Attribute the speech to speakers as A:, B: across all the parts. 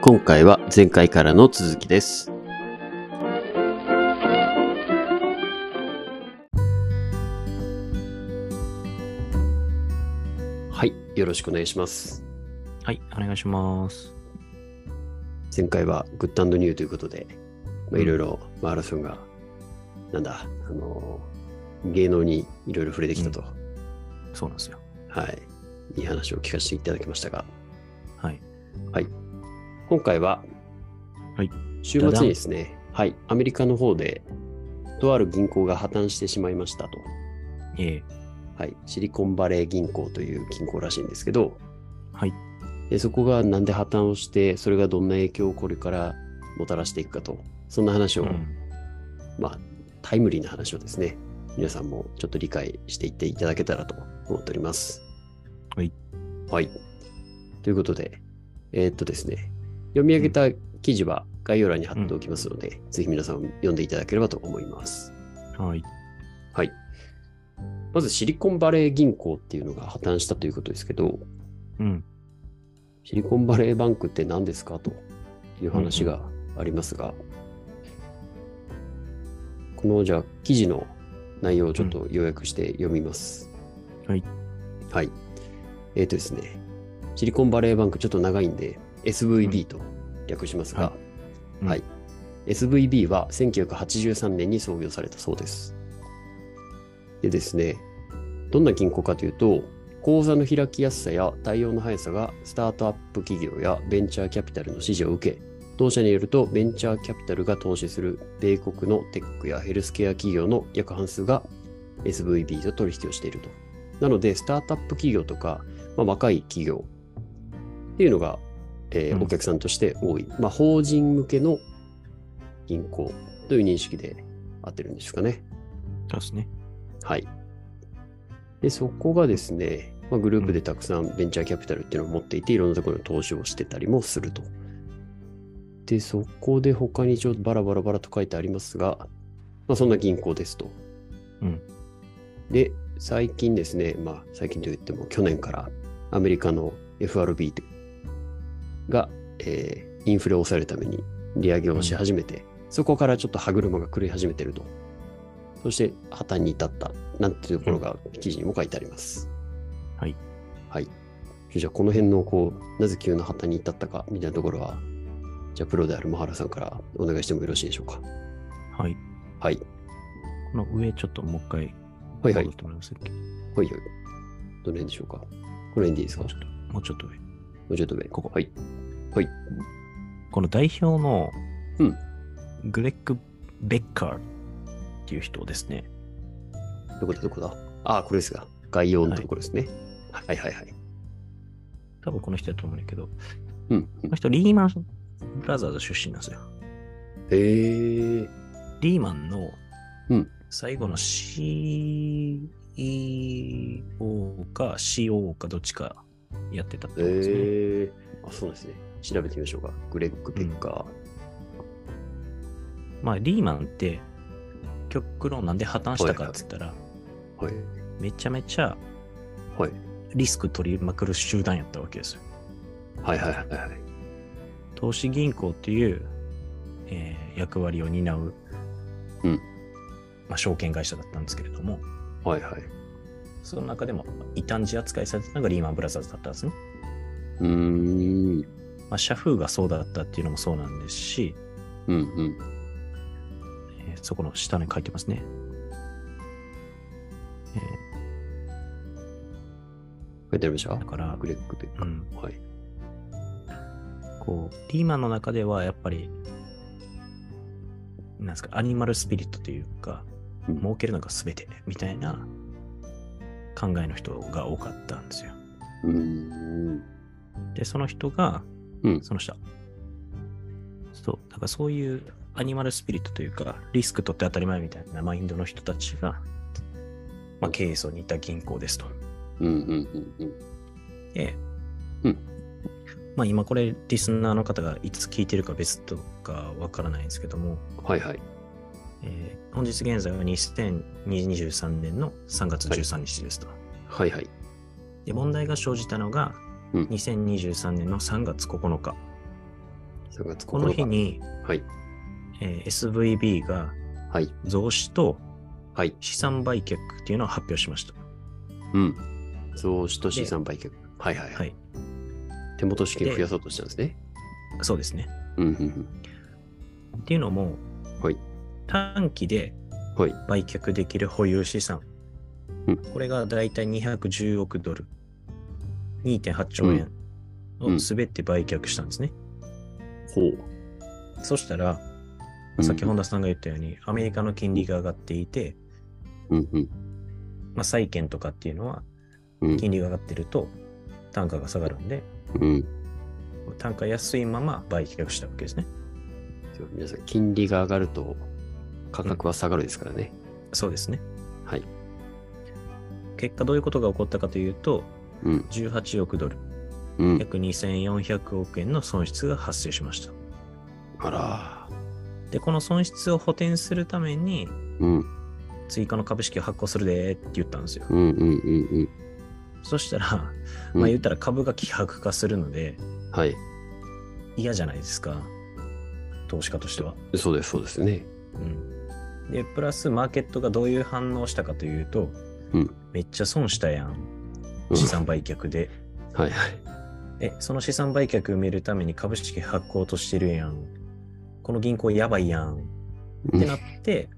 A: 今回は前回からの続きです。はい、よろしくお願いします。
B: はい、お願いします。
A: 前回はグッドニューということで、まあ、
B: うん
A: いろいろ、まあ、アラソンが、なんだ、あのー芸能にいろいろ触れてきたと、
B: そうなんですよ。
A: はい、いい話を聞かせていただきましたが、
B: はい。
A: 今回は、
B: はい
A: 週末にですね、はい、アメリカの方で、とある銀行が破綻してしまいましたと、
B: ええ
A: はい、シリコンバレー銀行という銀行らしいんですけど、
B: はい。
A: でそこがなんで破綻をして、それがどんな影響をこれからもたらしていくかと、そんな話を、
B: うん
A: まあ、タイムリーな話をですね、皆さんもちょっと理解していっていただけたらと思っております。
B: はい。
A: はい。ということで、えーっとですね、読み上げた記事は概要欄に貼っておきますので、ぜひ皆さん読んでいただければと思います。
B: はい。
A: はい。まず、シリコンバレー銀行っていうのが破綻したということですけど、
B: うん。
A: シリコンバレーバンクって何ですかという話がありますが、このじゃあ記事の内容をちょっと要約して読みます。
B: はい。
A: はい。えっ、とですね、シリコンバレーバンクちょっと長いんで、SVB と略しますが、
B: いうん
A: はい。SVB は1983年に創業されたそうです。でですね、どんな銀行かというと、口座の開きやすさや対応の速さがスタートアップ企業やベンチャーキャピタルの支持を受け、当社によるとベンチャーキャピタルが投資する米国のテックやヘルスケア企業の約半数が SVB と取引をしていると。なので、スタートアップ企業とか、まあ、若い企業っていうのが、えー
B: うん
A: お客さんとして多い。まあ、法人向けの銀行という認識で合ってるんですかね。
B: そうですね。
A: はい。で、そこがですね、まあ、グループでたくさんベンチャーキャピタルっていうのを持っていて、いろんなところに投資をしてたりもすると。で、そこで他にちょっとバラバラバラと書いてありますが、まあ、そんな銀行ですと。
B: うん
A: で、最近ですね、まあ、最近と言っても去年からアメリカの FRB が、えーインフレを抑えるために利上げをし始めて、そこからちょっと歯車が狂い始めてると。そして破綻に至ったなんていうところが記事にも書いてあります。
B: はい。
A: はい。じゃあこの辺のこう、なぜ急な破綻に至ったかみたいなところは、じゃあプロであるマハラさんからお願いしてもよろしいでしょうか。
B: はい。
A: はい。
B: この上、ちょっともう一回、
A: はいはい
B: 戻ってもらえますっけ
A: ほいほい。どの辺でしょうか。この辺でいいですか
B: もう
A: も
B: ちょっと、もうち
A: うちょ
B: ょっと上。
A: っと上。
B: ここ
A: はい。
B: この代表の、
A: うん
B: グレッグ・ベッカーっていう人をですね、
A: どこだどこだああ、これですが。概要のところですね。はい、はい、はいはい。
B: 多分この人だと思うんだけど、こ
A: うん。うん
B: の人、リーマン・ブラザーズ出身なんですよ。
A: へえ。
B: リーマンの
A: うん
B: 最後の CEO か COO かどっちかやってたってことですね。
A: えー。あ、そうですね。調べてみましょうか。グレッグ・ペッカー。
B: まあ、リーマンって極論なんで破綻したかっつったら、
A: はい。
B: めちゃめちゃ
A: はい。
B: リスク取りまくる集団やったわけですよ。
A: はいはいはいはい。
B: 投資銀行っていう、えー役割を担う、
A: うん
B: まあ、証券会社だったんですけれども、
A: はいはい。
B: その中でも異端児扱いされてたのがリーマンブラザーズだったんですね。
A: うーん。
B: まあ、社風がそうだったっていうのもそうなんですし、
A: うんうん。
B: えーそこの下に書いてますね。え
A: 書いてありました
B: ーだから、
A: グレッグ・ペッカ
B: うん、
A: ー。はい。
B: こう、リーマンの中ではやっぱり、なんですか、アニマルスピリットというか、
A: うん
B: 儲けるのが全てみたいな考えの人が多かったんですよ。
A: うーん。
B: で、その人が、
A: うん
B: その下。そう、だからそういうアニマルスピリットというか、リスク取って当たり前みたいなマインドの人たちが、まあ、経営層にいた銀行ですと。
A: うんうんうんうん。
B: で、
A: うん
B: まあ今これリスナーの方がいつ聞いてるか別とかわからないんですけども、
A: はいはい。
B: えー本日現在は2023年の3月13日ですと。
A: はいはい。
B: で問題が生じたのが
A: うん
B: 2023年の3月9日。
A: 3月9日。
B: この日。に、
A: はい。
B: えー SVB が
A: はい。
B: 増資と
A: はい。
B: 資産売却っていうのを発表しました。
A: うん。増資と資産売却。はいはいは。
B: はいい。
A: 手元資金増やそうとしたんですね。
B: そうですね。
A: うんうん
B: っていうのも、
A: はい
B: 短期で
A: うん。はい。
B: 売却できる保有資産、
A: うん
B: これがだいたい210億ドル、2.8兆円
A: う
B: を
A: ん
B: すべて売却したんですね。
A: ほう。
B: そしたら、
A: うん
B: 先ほどさんが言ったように、アメリカの金利が上がっていて、
A: うんうん。
B: まあ、債券とかっていうのは
A: うん
B: 金利が上がってると単価が下がるんで、
A: うん。
B: 単価安いまま売却したわけですね。
A: そう皆さん、金利が上がると価格は下がるですからね。
B: そうですね。
A: はい。
B: 結果どういうことが起こったかというと、
A: うん。
B: 18億ドル、
A: うん。
B: 約2400億円の損失が発生しました。
A: あら。
B: で、この損失を補填するために、
A: うん。
B: 追加の株式を発行するでーって言ったんですよ。
A: うんうんうん
B: そしたら、
A: うん。
B: まあ言ったら株が希薄化するので、
A: はい。
B: 嫌じゃないですか。投資家としては。
A: そうです、そうですね。
B: うん。で、プラスマーケットがどういう反応をしたかというと、
A: うん
B: めっちゃ損したやん。
A: うん
B: 資産売却で。
A: はいはい。
B: え、その資産売却埋めるために株式発行としてるやん。この銀行やばいやん。
A: う
B: っ
A: ん
B: てなって、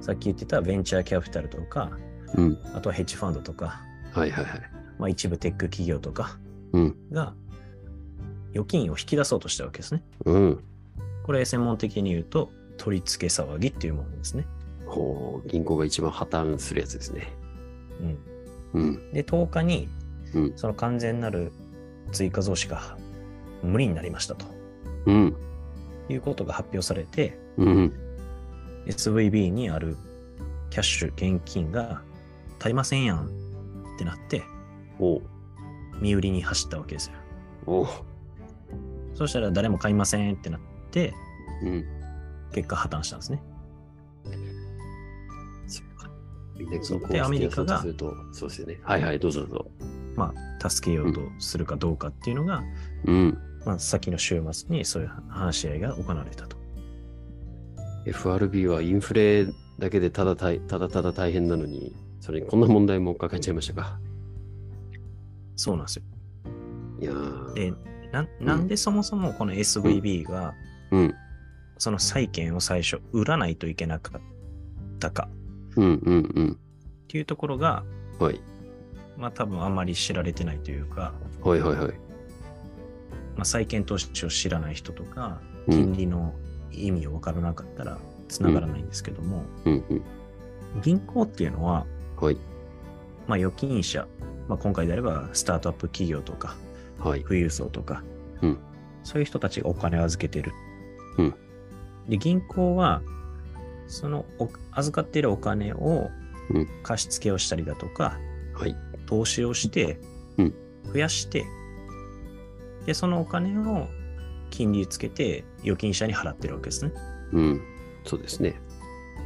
B: さっき言ってたベンチャーキャピタルとか、
A: うん。
B: あとはヘッジファンドとか、
A: はいはいはい。
B: まあ、一部テック企業とか
A: うん。
B: が預金を引き出そうとしたわけですね。
A: うん。
B: これ専門的に言うと、取り付け騒ぎっていうものですね。
A: ほう、銀行が一番破綻するやつですね。
B: うん。
A: うん。
B: で、10日に
A: うん、
B: その完全なる追加増資が無理になりましたと
A: うん。
B: いうことが発表されて、
A: うん。
B: SVB にあるキャッシュ、現金が足りませんやんってなって、
A: おう
B: 身売りに走ったわけですよ。
A: おう。
B: そしたら誰も買いませんってなって、
A: うん。
B: 結果破綻したんですね。
A: そうか。みんな
B: そ
A: 銀
B: う
A: 行
B: で
A: を
B: アメリ
A: 引き
B: カ
A: 出そうと
B: が
A: すると、そうですよね。はいはい、どうぞどうぞ。
B: まあ、助けようとするかどうかっていうのが、
A: うん。
B: まあ、先の週末にそういう話し合いが行われたと。
A: FRB はインフレだけでただたいただただ大変なのに、それにこんな問題も抱えちゃいましたか。
B: そうなんですよ。
A: いやー
B: で、ななんでそもそもこの SVB が、
A: うん。
B: その債券を最初売らないといけなかったか
A: うんうん
B: っていうところが、
A: うん。はい。
B: まあ多分あんまり知られてないというか、
A: はいはいはい。
B: まあ、債券投資を知らない人とか、
A: う
B: 金
A: ん。
B: 利の意味を分からなかったら繋がらないんですけども、
A: うんうん。
B: 銀行っていうのは、
A: はい。
B: まあ、預金者、まあ、今回であればスタートアップ企業とか
A: はい。
B: 富裕層とか、
A: うん
B: そういう人たちがお金を預けてる。
A: うん
B: で銀行はそのお預かっているお金を
A: うん
B: 貸し付けをしたりだとか、
A: はい。
B: 投資をして、
A: うん
B: 増やしてでそのお金を金利つけて預金者に払ってるわけですね。
A: うん。そうですね。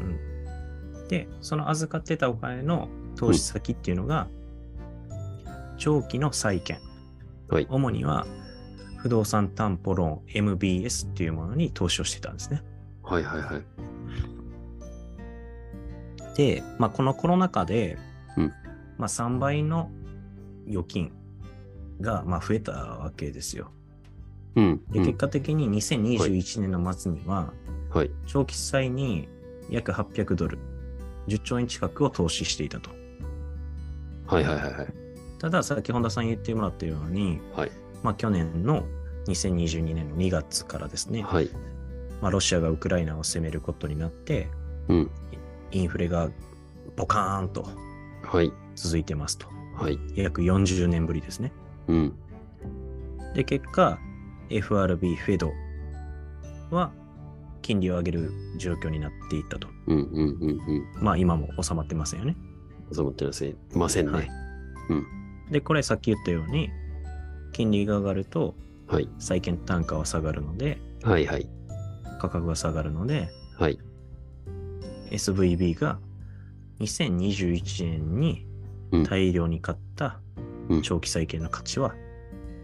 B: うん、でその預かってたお金の投資先っていうのが、長期の債券、
A: はい
B: 主には不動産担保ローン MBS っていうものに投資をしてたんですね。
A: はいはいはい。
B: で、まあ、このコロナ禍で、
A: うん
B: まあ、3倍の預金がまあ増えたわけですよ。
A: うん。
B: で
A: うん
B: 結果的に2021年の末には、
A: はい。
B: 長期債に約800ドル、10兆円近くを投資していたと。
A: はいはいはいはい。
B: ただ、先ほどさん言ってもらったように、
A: はい。
B: まあ、去年の2022年の2月からですね、
A: はい。
B: まあ、ロシアがウクライナを攻めることになって、
A: うん
B: インフレがボカーンと
A: はい。
B: 続いてますと。
A: はい。
B: 約40年ぶりですね。
A: うん。
B: で、結果、FRB、フェドは金利を上げる状況になっていったと。
A: うんうんうんうん。
B: まあ、今も収まってませんよね。
A: 収まってませんません
B: はい
A: ね。うん。
B: で、これさっき言ったように、金利が上がると
A: はい。
B: 債券単価は下がるので、
A: はいはい。
B: 価格が下がるので、
A: はい。
B: SVB が2021年に
A: うん
B: 大量に買った
A: うん
B: 長期債券の価値は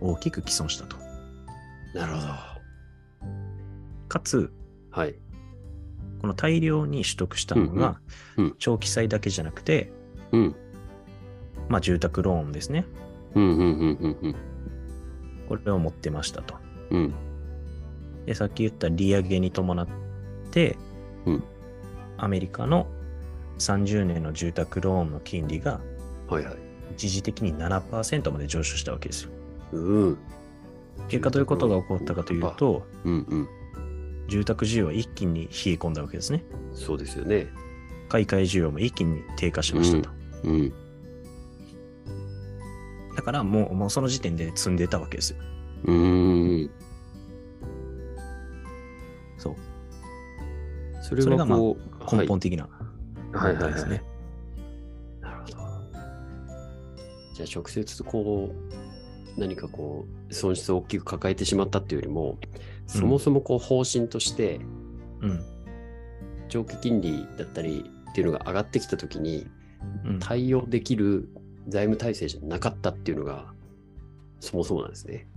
B: 大きく毀損したと。
A: なるほど。
B: かつ、
A: はい。
B: この大量に取得したのが
A: うんうんうん、
B: 長期債だけじゃなくて、
A: うん。
B: まあ、住宅ローンですね。
A: うんうんうんうんうん。
B: これを持ってましたと。
A: うん。
B: で、さっき言った利上げに伴って、
A: うん
B: アメリカの30年の住宅ローンの金利が
A: はいはい。
B: 一時的に7%まで上昇したわけですよ。
A: うん。
B: 結果どういうことが起こったかというと、
A: うんうん。
B: 住宅需要は一気に冷え込んだわけですね。
A: そうですよね。
B: 買い替え需要も一気に低下しましたと。
A: うん。
B: だからもうもうその時点で積んでたわけですよ。
A: うーん。
B: そう。
A: それ
B: それ
A: は
B: がまあ
A: こう、
B: 根本的な
A: はい
B: 問題ですね。
A: なるほど。じゃあ直接こう何かこう損失を大きく抱えてしまったっていうよりも、そもそもこう方針として
B: うん。
A: 長期金利だったりっていうのが上がってきた時に
B: うん。
A: 対応できる財務体制じゃなかったっていうのがそもそもなんですね。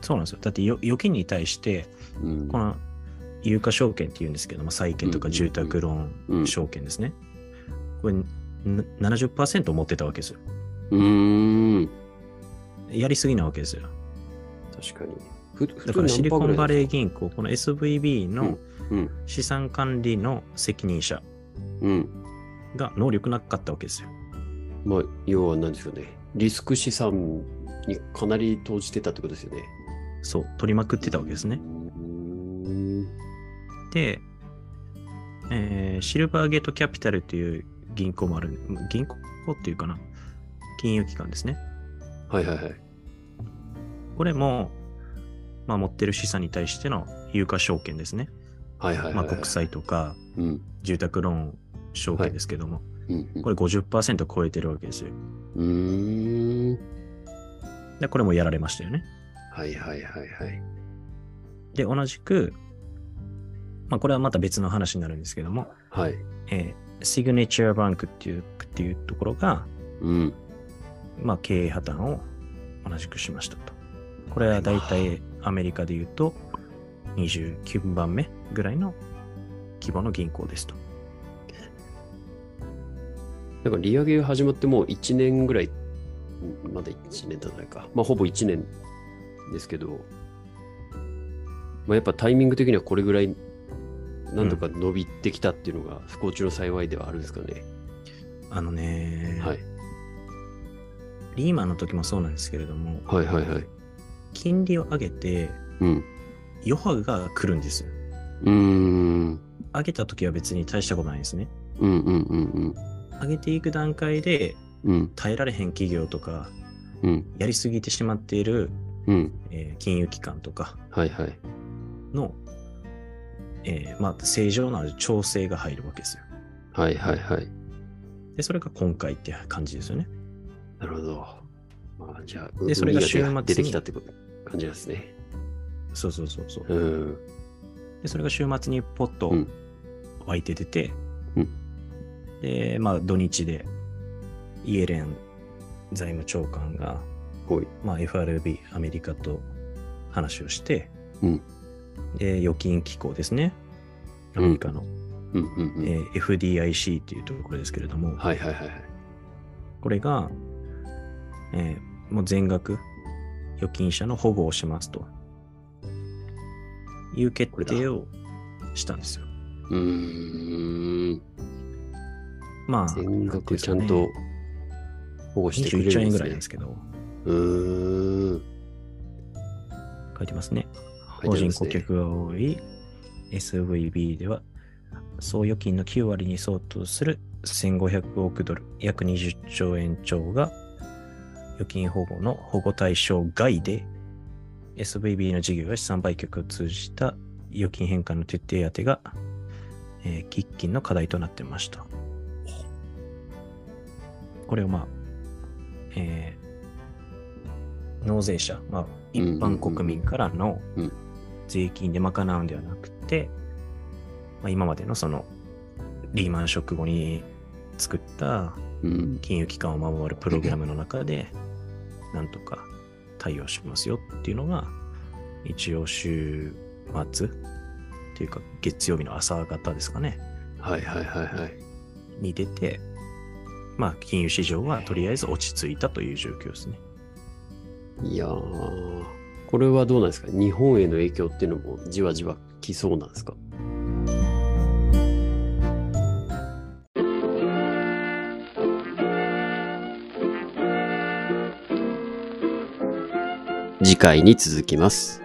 B: そうなんですよ。だってよ預金に対して、
A: うん
B: この有価証券っていうんですけども、債券とか住宅ロー
A: うん
B: ン証券ですね。これな70%持ってたわけですよ。
A: うーん
B: やりすぎなわけですよ。
A: 確かに。ふ普
B: だか
A: 通
B: らシリコンバレー
A: ー
B: 銀行、この SVB の
A: うん
B: 資産管理の責任者
A: うん。
B: が能力なかったわけですよ。
A: まあ要は何でしょうね。リスク資産にかなり投じてたってことですよね。
B: そう、取りまくってたわけですね
A: う。ーん
B: で、えーシルバーゲートキャピタルという銀行もある、銀行っていうかな、金融機関ですね。
A: はいはいはい。
B: これも、まあ、持ってる資産に対しての有価証券ですね。
A: はいはいはい、
B: ま
A: は
B: あ、
A: い。
B: 国債とか
A: うん。
B: 住宅ローン証券ですけども、
A: うんうん。
B: これ50%超えてるわけですよ。
A: うーん。
B: で、これもやられましたよね。
A: はいはいはいはい。
B: で、同じく、まあ、これはまた別の話になるんですけども、
A: はい。
B: えー、シグネチャーバンクっていうっていうところが、
A: うん。
B: まあ、経営破綻を同じくしましたと。これは大体アメリカで言うと29番目ぐらいの規模の銀行ですと。
A: なんか利上げが始まってもう1年ぐらい、うんまだ1年じゃないか。まあほぼ1年ですけど、まあやっぱタイミング的にはこれぐらい、なんとか伸びてきたっていうのが不幸中の幸いではあるんですかね。
B: あのね、
A: はい。
B: リーマンの時もそうなんですけれども、
A: はいはいはい。
B: 金利を上げて
A: うん。
B: 余波が来るんですよ。
A: うーん。
B: 上げた時は別に大したことないんですね。
A: うんうんうん
B: 上げていく段階で
A: うん。うん
B: 耐えられへん企業とか、
A: うん
B: やりすぎてしまっている、
A: うん。
B: えー金融機関とか
A: はいはい。
B: の、えーまあ、正常な調整が入るわけですよ。
A: はいはいはい。
B: で、それが今回って感じですよね。
A: なるほど。まあ、じゃあ、
B: でそれが
A: 海
B: 週末
A: 出
B: に
A: て出てきたってこと感じなんですね。
B: そうそうそうそう。
A: うん。
B: で、それが週末にポッと
A: うん
B: 湧いて出て、
A: う
B: で、まあ土日でイエレン財務長官が、
A: ほい。
B: まあ、FRB アメリカと話をして、
A: うん
B: で預金機構ですね。アメリカの、
A: うんうんうん。
B: えー FDIC っていうところですけれども、
A: はいはいはいはい。
B: これが、えーもう全額預金者の保護をしますという決定をしたんですよ。
A: うーん。
B: まあ、
A: 全
B: なん
A: 額
B: ていう
A: ちゃんと保護してくれ
B: 21兆
A: る
B: 円
A: ん
B: ぐ
A: で
B: ら
A: す
B: いなんで
A: ね。
B: すけど、
A: うーん。
B: 書いてますね。
A: 書いてあ
B: 法
A: り
B: 人
A: ます
B: 顧
A: ね
B: 客が多い SVB では、総預金の9割に相当する1500億ドル、約20兆円超が預金保護の保護対象外で、SVB の事業や資産売却を通じた預金返還の徹底当てが、えー喫緊の課題となってました。これをまあ、えー納税者、まあ、一般国民からの
A: うん
B: 税金で賄うんではなくて、まあ、今までのそのリーマンショック後に作った
A: うん。
B: 金融機関を守るプログラムの中で、なんとか対応しますよっていうのが、一応週末というか月曜日の朝方ですかね、
A: はいはいはいはい。
B: に出て、まあ、金融市場はとりあえず落ち着いたという状況ですね。
A: いやー、これはどうなんですか日本への影響っていうのもじわじわ来そうなんですか次回に続きます。